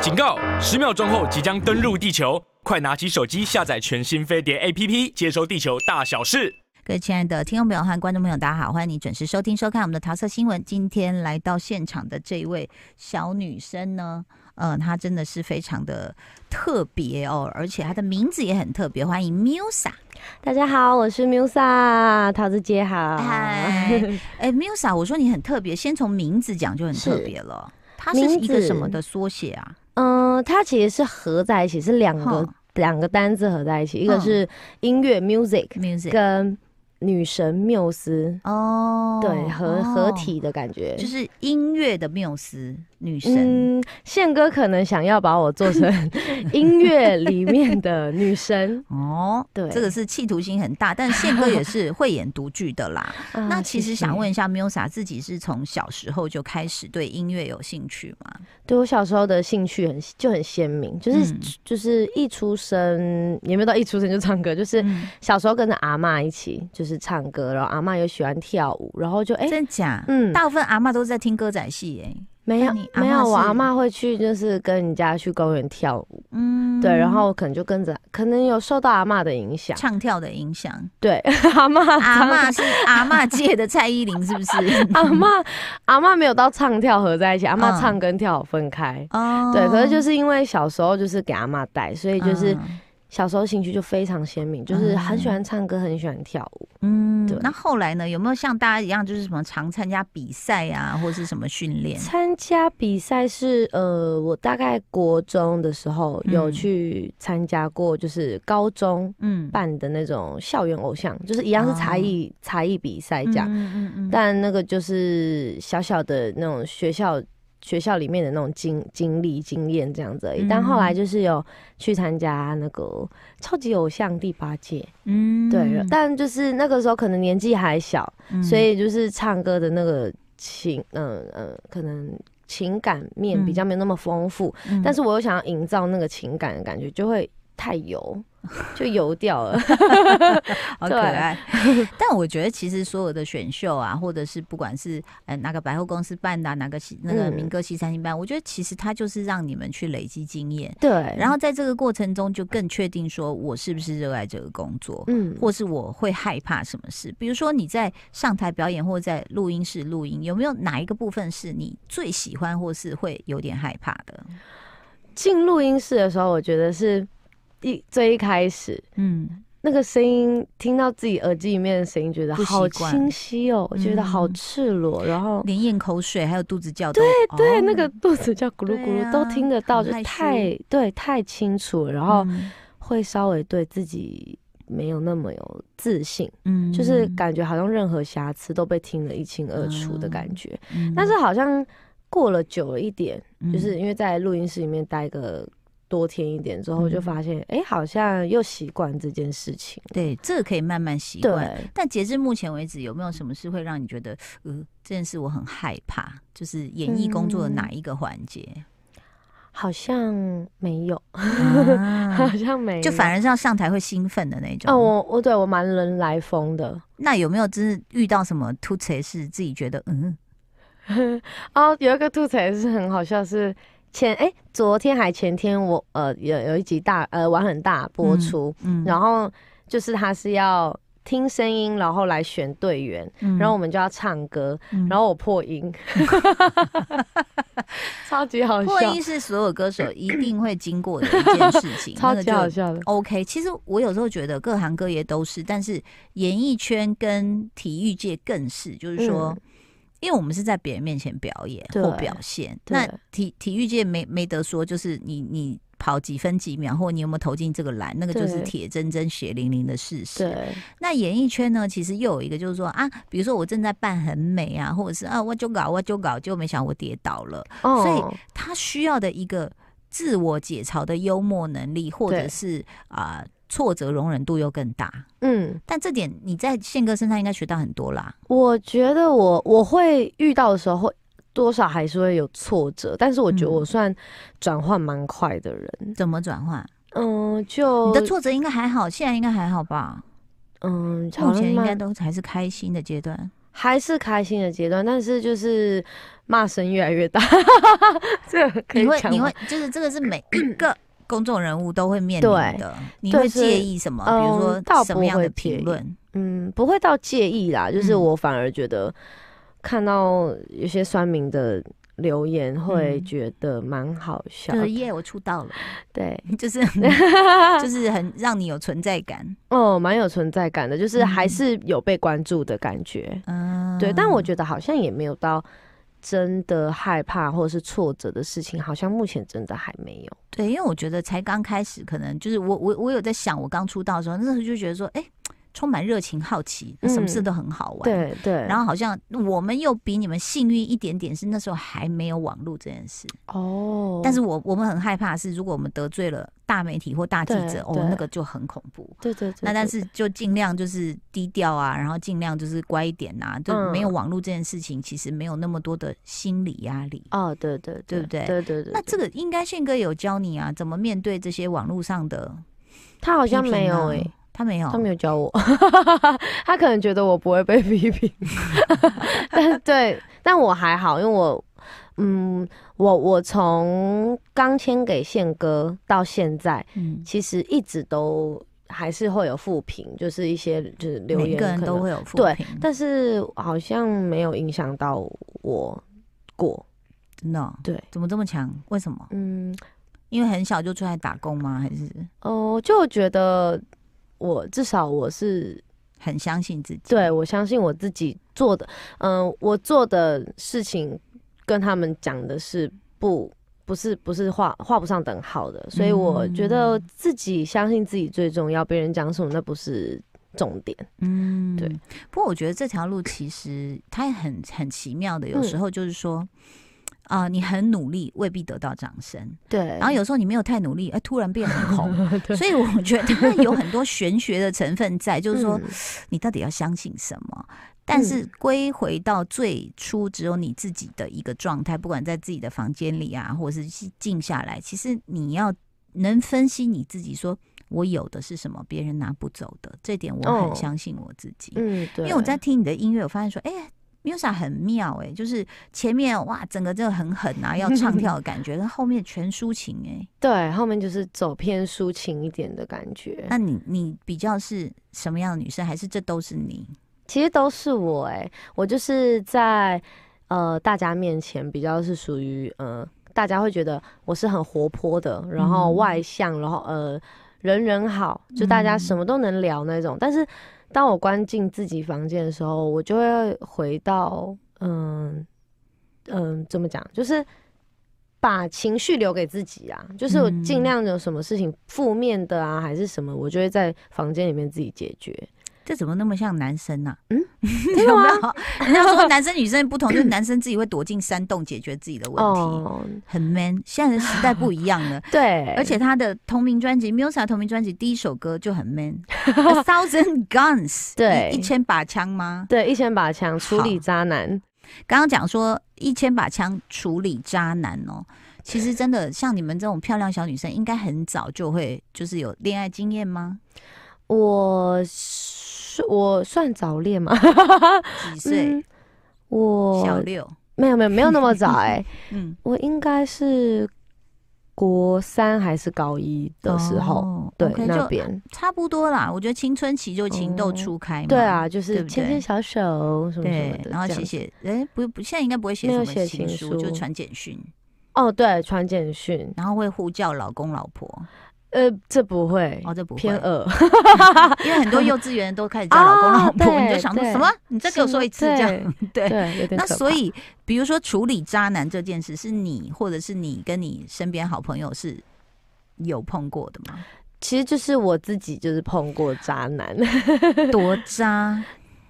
警告！十秒钟后即将登陆地球，快拿起手机下载全新飞碟 APP，接收地球大小事。各位亲爱的听众朋友和观众朋友，大家好，欢迎你准时收听收看我们的桃色新闻。今天来到现场的这一位小女生呢，呃，她真的是非常的特别哦，而且她的名字也很特别，欢迎 Musa。大家好，我是 Musa，桃子姐好。 嗨，哎，Musa，我说你很特别，先从名字讲就很特别 了。它是一名个字什么的缩写啊？嗯、它其实是合在一起，是两个哼两个单字合在一起，一个嗯是音乐 music， music 跟女神缪斯，哦，对，合哦合体的感觉。就是音乐的缪斯女神。嗯，宪哥可能想要把我做成 音乐里面的女神。哦，对这个是企图心很大，但宪哥也是慧眼独具的啦。啊 那其实想，谢谢问一下，Musa 自己是从小时候就开始对音乐有兴趣吗？对我小时候的兴趣很就很鲜明，就是、嗯就是一出生也没有到一出生就唱歌，就是嗯小时候跟着阿嬷一起就是唱歌，然后阿嬷又喜欢跳舞，然后就哎、真假？嗯，大部分阿嬷都是在听歌仔戏，哎，没有那你阿嬷没有，我是阿嬷会去就是跟人家去公园跳舞，嗯，对，然后可能就跟着，可能有受到阿嬷的影响，唱跳的影响，对， 阿嬷阿唱嬷是阿嬷界的蔡依林，是不是？ 阿嬷阿嬷没有到唱跳合在一起，阿嗯嬷唱跟跳舞分开。哦对，可是就是因为小时候就是给阿嬷带，所以就是嗯小时候兴趣就非常鲜明，就是很喜欢唱歌，很喜欢跳舞。嗯对，那后来呢？有没有像大家一样，就是什么常参加比赛啊，或是什么训练？参加比赛是呃，我大概国中的时候嗯有去参加过，就是高中嗯，办的那种校园偶像，就是一样是才艺才艺比赛这样。哦嗯嗯嗯但那个就是小小的那种学校学校里面的那种经经历经验这样子而嗯已。但后来就是有去参加那个超级偶像第八届，嗯对，但就是那个时候可能年纪还小，嗯所以就是唱歌的那个情，嗯、嗯、可能。情感面比较没有那么丰富，嗯但是我又想要营造那个情感的感觉，就会太 油，就油掉了。好可对 爱。但我觉得其实所有的选秀啊，或者是不管是呃哪个百货公司办的啊、哪个西那个嗯民歌西餐厅办，我觉得其实它就是让你们去累积经验，对，然后在这个过程中就更确定说我是不是热爱这个工作。嗯，或是我会害怕什么事？比如说你在上台表演，或者在录音室录音，有没有哪一个部分是你最喜欢，或是会有点害怕的？进录音室的时候，我觉得是一最一开始嗯，那个声音，听到自己耳机里面的声音，觉得不习好惯清晰哦，我觉得好嗯赤裸，然后连咽口水还有肚子叫都哦对对那个肚子叫咕噜咕对噜、啊都听得到，很就害羞太对太清楚了，然后嗯会稍微对自己没有那么有自信，嗯就是感觉好像任何瑕疵都被听得一清二楚的感觉，嗯但是好像过了久了一点，嗯就是因为在录音室里面待个多天一点之后，就嗯发现哎、诶好像又习惯这件事情。对，这个可以慢慢习惯。对，但截至目前为止，有没有什么事会让你觉得，呃，这件事我很害怕？就是演艺工作的嗯哪一个环 节？好像没 有，好啊像没有，就反而是要上台会兴奋的那种。哦，我我对我蛮人来疯的那有没有真是遇到什么突锤是自己觉得，嗯，哦。有一个吐槽也是很好笑，是前哎、昨天还前天我呃有有一集大呃玩很大播出，嗯，然后就是他是要听声音，然后来选队员，嗯然后我们就要唱歌，嗯然后我破音，超级好破笑，音，是所有歌手一定会经过的一件事情 超那个级就好笑的。 OK，其实我有时候觉得各行各业都是，但是演艺圈跟体育界更是，就是说，嗯因为我们是在别人面前表演对或表现，对那体体育界没没得说，就是你你跑几分几秒，或你有没有投进这个篮，那个就是对铁铮铮、血淋淋的事实。对，那演艺圈呢，其实又有一个就是说啊，比如说我正在扮很美啊，或者是啊我就搞我就搞，结果没想到我跌倒了，哦所以他需要的一个自我解嘲的幽默能力，或者对是啊、呃挫折容忍度又更大。嗯，但这点你在宪哥身上应该学到很多啦。我觉得我我会遇到的时候会多少还是会有挫折，但是我觉得嗯我算转换蛮快的人。怎么转换？嗯，就你的挫折应该还好，现在应该还好吧？嗯，好目像前应该蛮都还是开心的阶段。还是开心的阶段，但是就是骂声越来越大， 这个可以你会讲你吗会就是这个是每一 个公众人物都会面临的，你会就是介意什么？比嗯如倒说不什么样会的介评意论？嗯，不会到介意啦，就是嗯我反而觉得看到有些酸民的留言，会嗯觉得蛮好笑就的。是耶，我出道了， 对，就是 就是很让你有存在感。哦，蛮有存在感的，就是还嗯是有被关注的感觉。嗯，对，但我觉得好像也没有到真的害怕或者是挫折的事情，好像目前真的还没有。对，因为我觉得才刚开始，可能就是我我我有在想，我刚出道的时候，那时候就觉得说，哎、充满热情、好奇，什么事嗯都很好玩。。对对，然后好像我们又比你们幸运一点点，是那时候还没有网络这件事。哦，但是我我们很害怕的是，如果我们得罪了大媒体或大记对者，哦对，那个就很恐怖。对对对，那但对是就尽量就是低调啊，然后尽量就是乖一点啊，就嗯没有网络这件事情，其实没有那么多的心理压力。哦，对对对不对对对对，那这个个应该宪哥有教你啊，怎么面对这些网络上的他好好像没有欸诶。啊他没有，他没有教我， 他可能觉得我不会被批评， 但 对，但我还好，因为我，嗯，我我从刚签给宪哥到现在，嗯，其实一直都还是会有负评，就是一些就是留每言，一个人都，会有负对评，但是好像没有影响到我过，真的哦对，怎么这么强？为什么？嗯，因为很小就出来打工吗？还是哦、就觉得我至少我是很相信自己？对，我相信我自己做的，嗯、我做的事情跟他们讲的是不不是不是画画不上等号的，所以我觉得嗯自己相信自己最重要，别人讲什么那不是重点。嗯，对。不过我觉得这条路其实它很很奇妙的，有嗯时候就是说。啊、你很努力，未必得到掌声。对，然后有时候你没有太努力，哎、突然变很 红。所以我觉得它有很多玄学的成分在，就是说嗯你到底要相信什么？但是归回到最初只有你自己的一个状态，不管在自己的房间里啊，或者是静下来，其实你要能分析你自己说。我有的是什么，别人拿不走的，这点我很哦相信我自己。嗯，对，因为我在听你的音乐，我发现说，哎、m u s a 很妙哎、就是前面哇，整个就很狠 啊，要唱跳的感觉，但后面全抒情哎、对后面就是走偏抒情一点的感觉，那你你比较是什么样的女生，还是这都是你？其实都是我哎、我就是在呃大家面前比较是属于呃大家会觉得我是很活泼的，然后嗯外向，然后呃人人好，就大家嗯什么都能聊那种。但是当我关进自己房间的时候，我就会回到嗯嗯、怎么讲，就是。把情绪留给自己啊，就是我嗯尽量有什么事情负面的啊，还是什么，我就会在房间里面自己解决。这怎么那么像男生呐、 嗯，有没有？人家说男生女生不同， 就是男生自己会躲进山洞解决自己的问题，哦，哎很 man。现在的时代不一样 了，对，而且他的同名专辑《Musa》同名专辑第一首歌就很 man，《A Thousand Guns》对一一千把枪吗？对，一千把枪处理好渣男，刚刚讲说一千把枪处理渣男哦，其实真的像你们这种漂亮小女生，应该很早就会就是有恋爱经验吗？我是我算早 恋吗？几岁？嗯我小六。没有没有没有那 么早哎、嗯，我应该是国三还是高一的时候，哦对 OK，那就边，差不多啦，我觉得青春期就情窦哦初开嘛。对啊，就对是不牵对牵小手什么什么对的，这然后样写写，哎，不不，现在应该不会写没什有么写情情书，就书传简讯，哦，对，传简讯，然后会呼叫老公老婆。呃，这不会，哦，这不会偏，恶，因为很多幼稚园都开始叫老公老婆，啊你就想说对什么？你再给 我说一次这样，对。对，有点那可所怕以，比如说处理渣男这件事，是你或者是你跟你身边好朋友是有碰过的吗？其实就是我自己就是碰过渣男。多渣，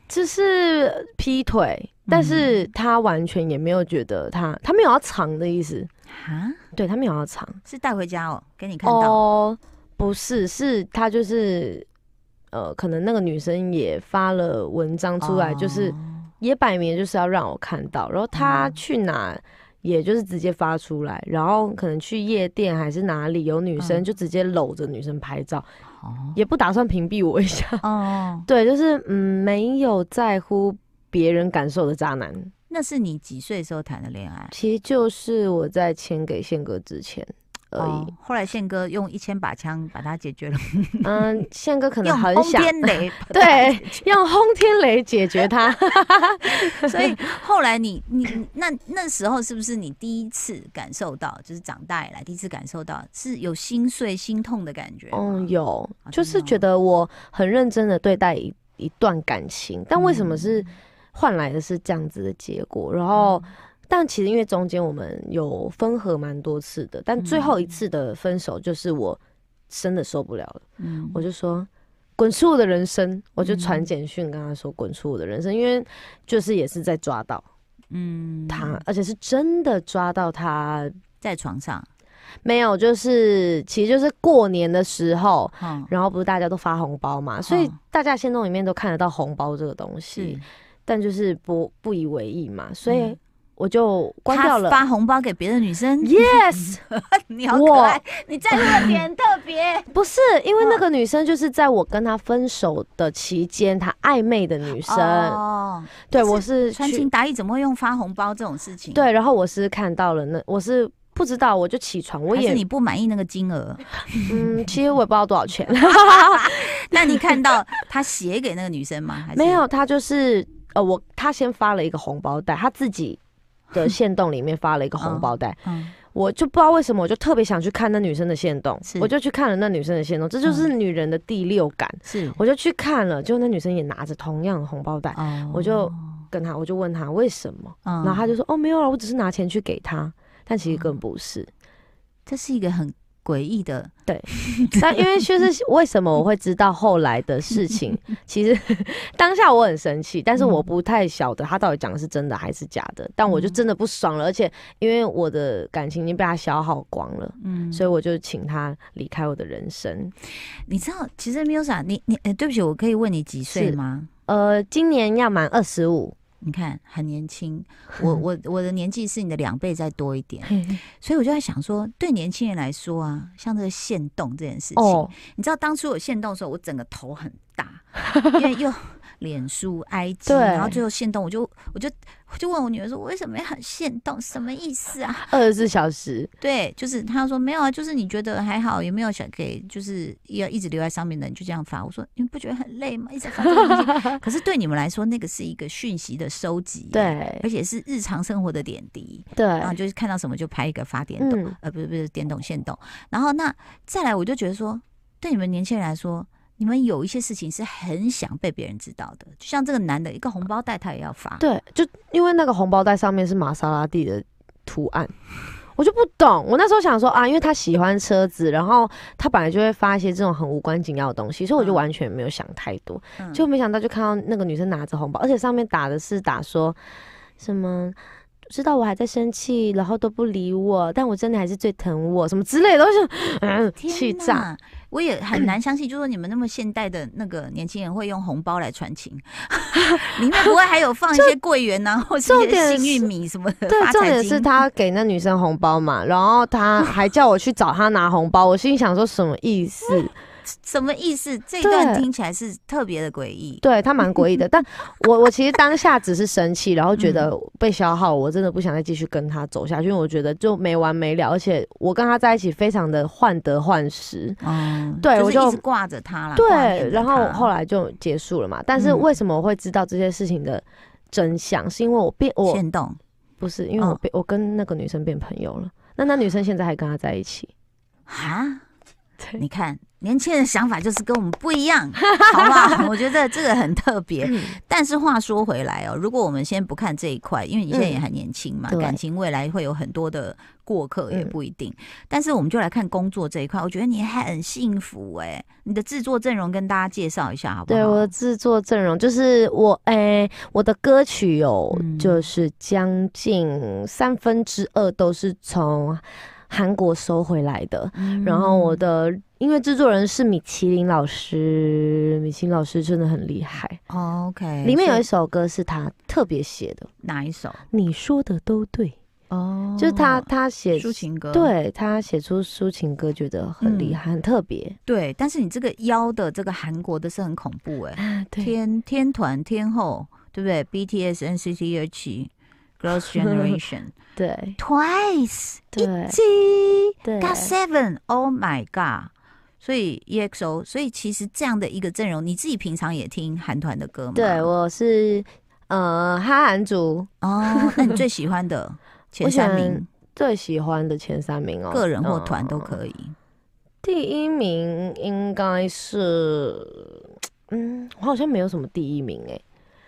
就是劈腿，但是他完全也没有觉得他他没有要藏的意思，哈，对他没有要藏是带回家哦，给你看到。哦，不是，是他就是呃，可能那个女生也发了文章出来，就是哦也摆明就是要让我看到，然后他嗯去哪。也就是直接发出来，然后可能去夜店还是哪里有女生，嗯就直接搂着女生拍照，哦也不打算屏蔽我一 下。哦， 对，就是嗯，没有在乎别人感受的渣男。那是你几岁的时候谈的恋爱其实就是我在签给宪哥之前而已。哦后来宪哥用一千把枪把它解决了， 嗯，宪哥可能用很轰想 天雷把它对解决用轰天雷解决 他。所以后来你你你那那时候是不是你第一次感受到，就是长大以来第一次感受到是有心碎心痛的感觉？嗯，有啊，就真的是觉哦得我很认真的对待一一段感情，但为什么嗯是换来的是这样子的结果？然后，但其实因为中间我们有分合蛮多次的，但最嗯后一次的分手就是我真的受不了了，嗯，我就说。滚出我的人生！我就传嗯简讯跟他说：“滚出我的人生！”因为就是也是在抓到嗯，他，而且是真的抓到他。在床上，没有，就是其实就是过年的时候，嗯，然后不是大家都发红包嘛，所以嗯大家行动里面都看得到红包这个东西是，但就是不不以为意嘛，所以嗯我就关掉他了。发红包给别的女生， Yes，你好可我爱，你在乎的点特 别不是因嗯为那个女生就是在我跟她分手的期间，她暧昧的女生，哦，对就是我啊是穿去情达义怎么会用发红包这种事情？对，，然后我是看到了那我是不知道，我就起床，我还是也你不满意那个金额？嗯，其实我也不知道多 少钱， 那你看到他写给那个女生吗？还是没有，他就是呃，我他先发了一个红包袋，他自己的线洞里面发了一个红包袋，嗯，我就不知道为什么，我就特别想去看那女生的线动是，嗯我就去看了那女生的线动，这就是女人的第六感。是我就去看了，结果那女生也拿着同样的红包袋，哦 我就跟她，我就问她为什么，嗯然后她就说哦没有了，我只是拿钱去给她，但其实根本不是。这是一个很诡异的， 但因为就是为什么我会知道后来的 事情，其实 当下我很生气，但是嗯我不太晓得他到底讲的是真的还是假的，但我嗯就真的不爽了，而且因为我的感情已经被他消耗光了。嗯，所以我就请他离开我的人生。你知道，其实 Musa，你你、呃，对不起，我可以问你几岁是吗？呃，今年要满二十五，你看很年 轻，我我我的年纪是你的两倍再多一点，所以我就在想说，对年轻人来说啊，像这个限动这件事情，哦，你知道当初我限动的时候，我整个头很大， 因为又脸书、IG，对然后最后限动，我就我就我就问我女儿说，为什么要限动？什么意思啊？ 二十四小时，对，就是他说没有啊，就是你觉得还好，也没有想给，就是要一直留在上面的人就这样发。我说你不觉得很累吗？一直发这个东 西，可是对你们来说，那个是一个讯息的收集，，啊对而且是日常生活的点滴，对，然后就是看到什么就拍一个发点动，嗯，呃，不是不是点动线动。然后那再来，我就觉得说，对你们年轻人来说。你们有一些事情是很想被别人知道的，就像这个男的一个红包袋，他也要发。对，就因为那个红包袋上面是玛莎拉蒂的图案。我就不懂，我那时候想说啊，因为他喜欢车子，然后他本来就会发一些这种很无关紧要的东西，所以我就嗯完全没有想太多。嗯，就没想到就看到那个女生拿着红包，而且上面打的是打说什么。知道我还在生气，然后都不理我，但我真的还是最疼我，什么之类的，我想，嗯，天气呐炸，！我也很难相信，就说你们那么现代的那个年轻人会用红包来传 情，里面不会还有放一些桂圆呐、或是一重点些是幸运米什么的？对发，财重点金是他给那女生红包嘛，然后他还叫我去找他拿红包，我心里想说什么意思？什么意思？这一对段听起来是特别的诡异。对他蛮诡 异的，但我我其实当下只是生气，然后觉得嗯被消耗，我真的不想再继续跟他走下去，因为我觉得就没完没了，而且我跟他在一起非常的患得患失，哦，对就是我就一直挂着他啦。啊挂念着对，然后他后来就结束了嘛。但是嗯为什么我会知道这些事情的真相？是因为我变我现动不是因为我嗯变、我跟那个女生变朋友了。那那女生现在还跟他在一起，啊，对你看年轻人的想法就是跟我们不一样， 好不 好？我觉得这个很特别。但是话说回来哦，如果我们先不看这一块，因为你现在也嗯还年轻嘛，对感情未来会有很多的过客也嗯不一定。但是我们就来看工作这一块，我觉得你还很幸福哎、你的制作阵容跟大家介绍一下好不好？对我的制作阵容就是我诶、我的歌曲有、嗯就是将近三分之二都是从韩国收回来的。嗯然后我的音乐制作人是米其林老师，米其林老师真的很厉害。哦 OK 里面有所一以首歌是他特别写的，哪一首？你说的都对，哦就是他他写抒情歌，对他写出抒情歌，觉得很厉害，很特别。对，但是你这个腰的这个韩国的是很恐怖哎、啊，，天天团天后，对不对？BTS、NCT 1 7 E， Girls Generation 对 Twice 对一对 God Seven Oh my God，所以 EXO，所以其实这样的一个阵容，你自己平常也听韩团的歌吗？对，我是呃哈韩族哦，那你最喜欢 的前三我喜名欢，最喜欢的前三名哦，个人或团都以。可以。第一名应该是，嗯，我好像没有什么第一名哎、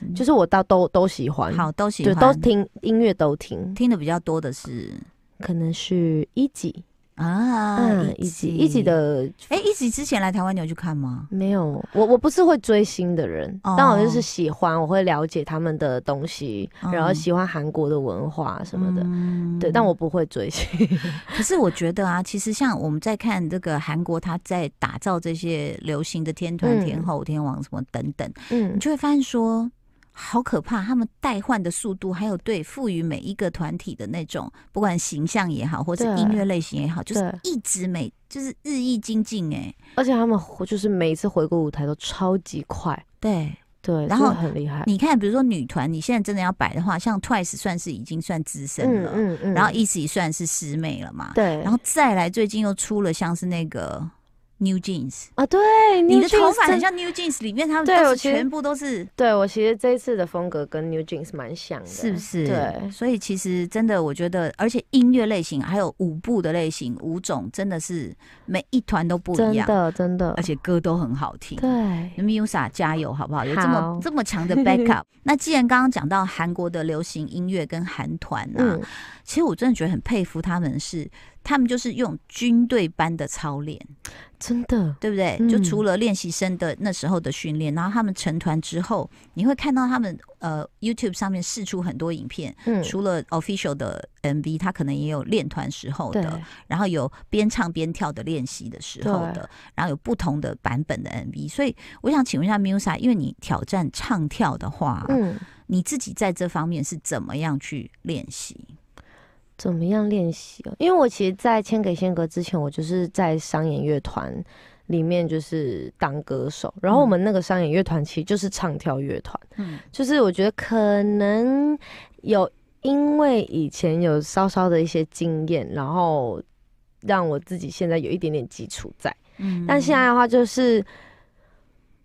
嗯就是我到都都喜欢，好，都喜就欢，都听音乐都听，听的比较多的是可能是一级，啊，嗯，一级一级的，哎，一集之前来台湾你有去看吗？没有，我我不是会追星的人，哦但我就是喜欢，我会了解他们的东西，然后嗯喜欢韩国的文化什么的，嗯对，但我不会追星， 可是我觉得啊，其实像我们在看这个韩国，他在打造这些流行的天团、嗯天后、天王什么等等，嗯你，就会发现说，好可怕！他们代换的速度，还有对赋予每一个团体的那种，不管形象也好，或是对音乐类型也好，就是对一直每就是日益精进哎、而且他们就是每一次回顾舞台都超级快，对，对，然后所以很厉害，你看，比如说女团，你现在真的要摆的话，像 Twice 算是已经算资深了，嗯嗯然后 E 一算是师妹了嘛，对，然后再来最近又出了像是那个 New Jeans。啊，对，你 New 的头发 Jeans 很真。像 New Jeans 里面，他们对都我是其实全部都是，对我其实这一次的风格跟 New Jeans 蛮像的，是不是？对所以其实真的，我觉得，而且音乐类型还有舞步的类型，舞种真的是每一团都不一真样，的真的而，且歌都很好听。对， Musa 加油，好不好？有这么好这么强 的 backup。那既然刚刚讲到韩国的流行音乐跟韩团啊，嗯，其实我真的觉得很佩服他们是，他们就是用军队般的操练。真的，对不对？嗯就除了练习生的那时候的训练，然后他们成团之后，你会看到他们呃 YouTube 上面试出很多影片，嗯，除了 official 的 MV，他可能也有练团时候对的，然后有边唱边跳的练习的时候的，然后有不同的版本的 MV。所以我想请问一下 Musa，因为你挑战唱跳的话，嗯，你自己在这方面是怎么样去练习？怎么样练习哦？因为我其实，在签给宪哥之前，我就是在商演乐团里面就是当歌手，然后我们那个商演乐团其实就是唱跳乐团，嗯，就是我觉得可能有因为以前有稍稍的一些经验，然后让我自己现在有一点点基础在。嗯但现在的话就是，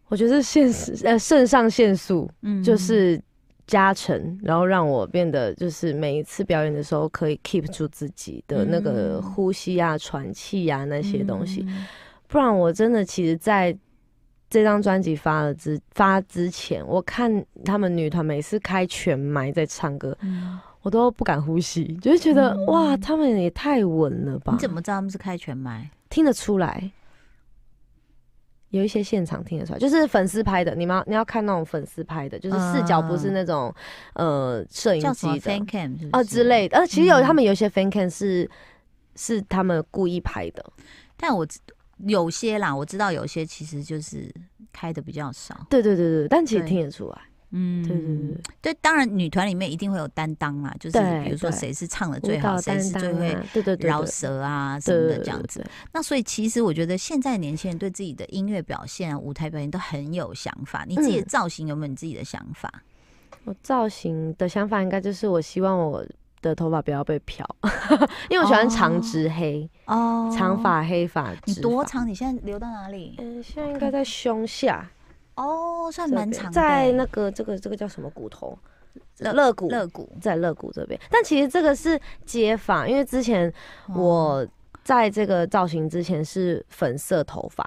我觉得现实呃肾上腺素嗯就是加成，然后让我变得就是每一次表演的时候可以 keep 住自己的那个嗯呼吸啊、喘气啊那些东西，嗯不然我真的其实在。这张专辑发了之发之前，我看他们女团每次开全麦在唱歌，嗯我都不敢呼吸，就是觉得、嗯哇，他们也太稳了吧！你怎么知道他们是开全麦？听得出来，有一些现场听得出来，就是粉丝拍的。你们要你要看那种粉丝拍的，就是视角不是那种、呃摄影啊叫什么机的 fan cam 是不是哦之类的。呃，其实有、嗯他们有一些 fan can 是是他们故意拍的。但我知有些啦，我知道有些其实就是开的比较少。对对对对，但其实对听得出来。嗯，对对对对，对当然女团里面一定会有担当啦，就是对比如说对谁是唱的舞最蹈好，谁担是当最会啊，对对对饶对舌啊什对么对的对这样对子。对那所以其实我觉得现在年轻人对自己的音乐表现、啊、舞台表演都很有想法。你自己的嗯造型有没有你自己的想法？我造型的想法应该就是，我希望我的头发不要被漂， 因为我喜欢长哦直黑、哦长，发、黑发、你直多发？长？你现在留到哪里？嗯，现在应该在胸下。哦，算这蛮边长的，在那个这个这个叫什么骨头？肋肋骨，肋骨。在肋骨这边。但其实这个是接发，因为之前哦我在这个造型之前是粉色头发，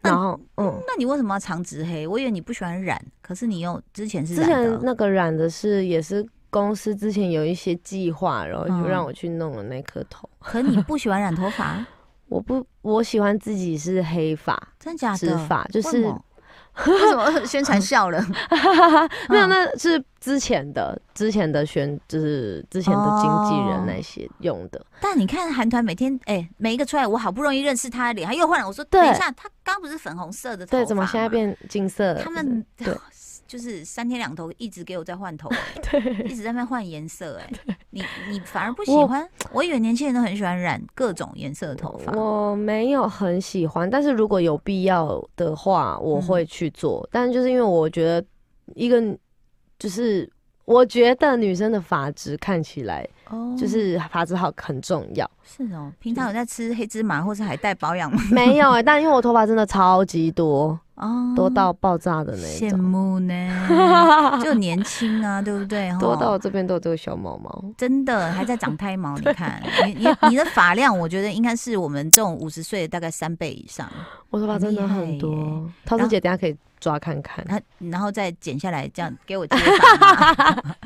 那然后嗯，那你为什么要长直黑？我以为你不喜欢染，可是你又之前是之染的前那个染的是也是公司之前有一些计划，然后嗯就让我去弄了那颗头。可你不喜欢染头发， 我不，我喜欢自己是黑发真假的？直发，为就是什 么为什么 宣传笑了？嗯没有，那是之前的之前的选，就是之前的经纪人那些用的。但你看韩团每天哎、每一个出来，我好不容易认识他的脸，他又换了。我说对等一下，他刚不是粉红色的头发对，吗怎么现在？变金色了？他们对 就是三天两头一直给我在换头、哎 对一直在那边换颜色、哎，你你反而不喜我欢？我以为年轻人都很喜欢染各种颜色的头发。我没有很喜欢，但是如果有必要的嗯话，我会去做。但就是因为我觉得一个就是。我觉得女生的发质看起来哦就是发质好很重要。 是哦，平嗯常有在吃黑芝麻或是海带保养 吗？没有哎、但因为我头发真的超级多，哦，多到爆炸的那羡种，慕呢， 就年轻啊，对不对？多吼到这边都有这个小毛毛。真的还在长胎 毛，你看，你你你的发量，我觉得应该是我们这种五十岁的大概三倍以上，我头发真的很很厉害多，桃子姐等一下可以抓看看。然后然后再剪下来，这样给我接发 嘛。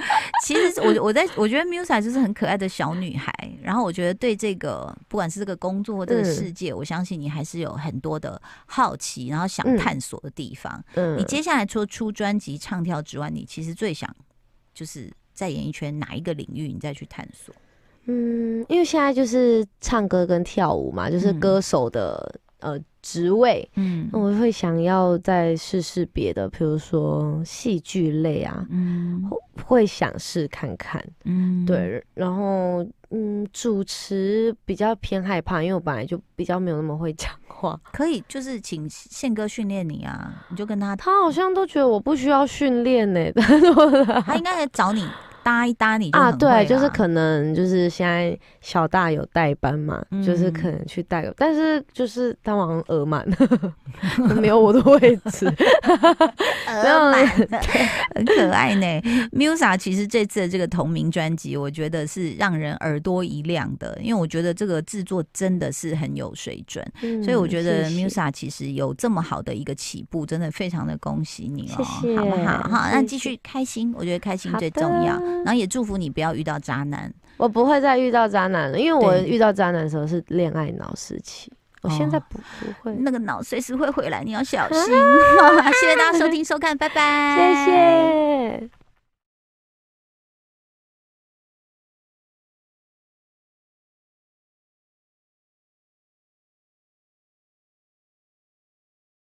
其实我我在我觉得 Musa 就是很可爱的小女孩，然后我觉得对这个不管是这个工作或这个嗯世界，我相信你还是有很多的好奇，然后想嗯探索的地方。嗯你接下来除了出专辑、唱跳之外，你其实最想就是在演艺圈哪一个领域，你再去探索？嗯，因为现在就是唱歌跟跳舞嘛，就是嗯歌手的、呃职位，嗯那我会想要再试试别的，比如说戏剧类啊，嗯会想试看看。嗯，对，然后嗯，主持比较偏害怕，因为我本来就比较没有那么会讲话。可以就是请宪哥训练你啊，你就跟 他，他好像都觉得我不需要训练呢，嗯但是我他应该来找你搭一搭你就 啊，很会对，就是啦可能就是现在小大有代班嘛，就是可嗯能去代，但是就是他好像额满， 没有我的位 置。没有额满， 很可爱呢。Musa 其实这次的这个同名专辑，我觉得是让人耳朵一亮的，因为我觉得这个制作真的是很有水准，所以我觉得嗯谢谢 Musa 其实有这么好的一个起步，真的非常的恭喜你哦，谢谢好不好？好，那谢谢继续开心，我觉得开心好最的重要，然后也祝福你不要遇到渣男。我不会再遇到渣男了，因为我对遇到渣男的时候是恋爱脑时期，我现在哦不不会。那个脑随 时会回来，你要小心。谢谢大家收听收看，拜拜，谢谢。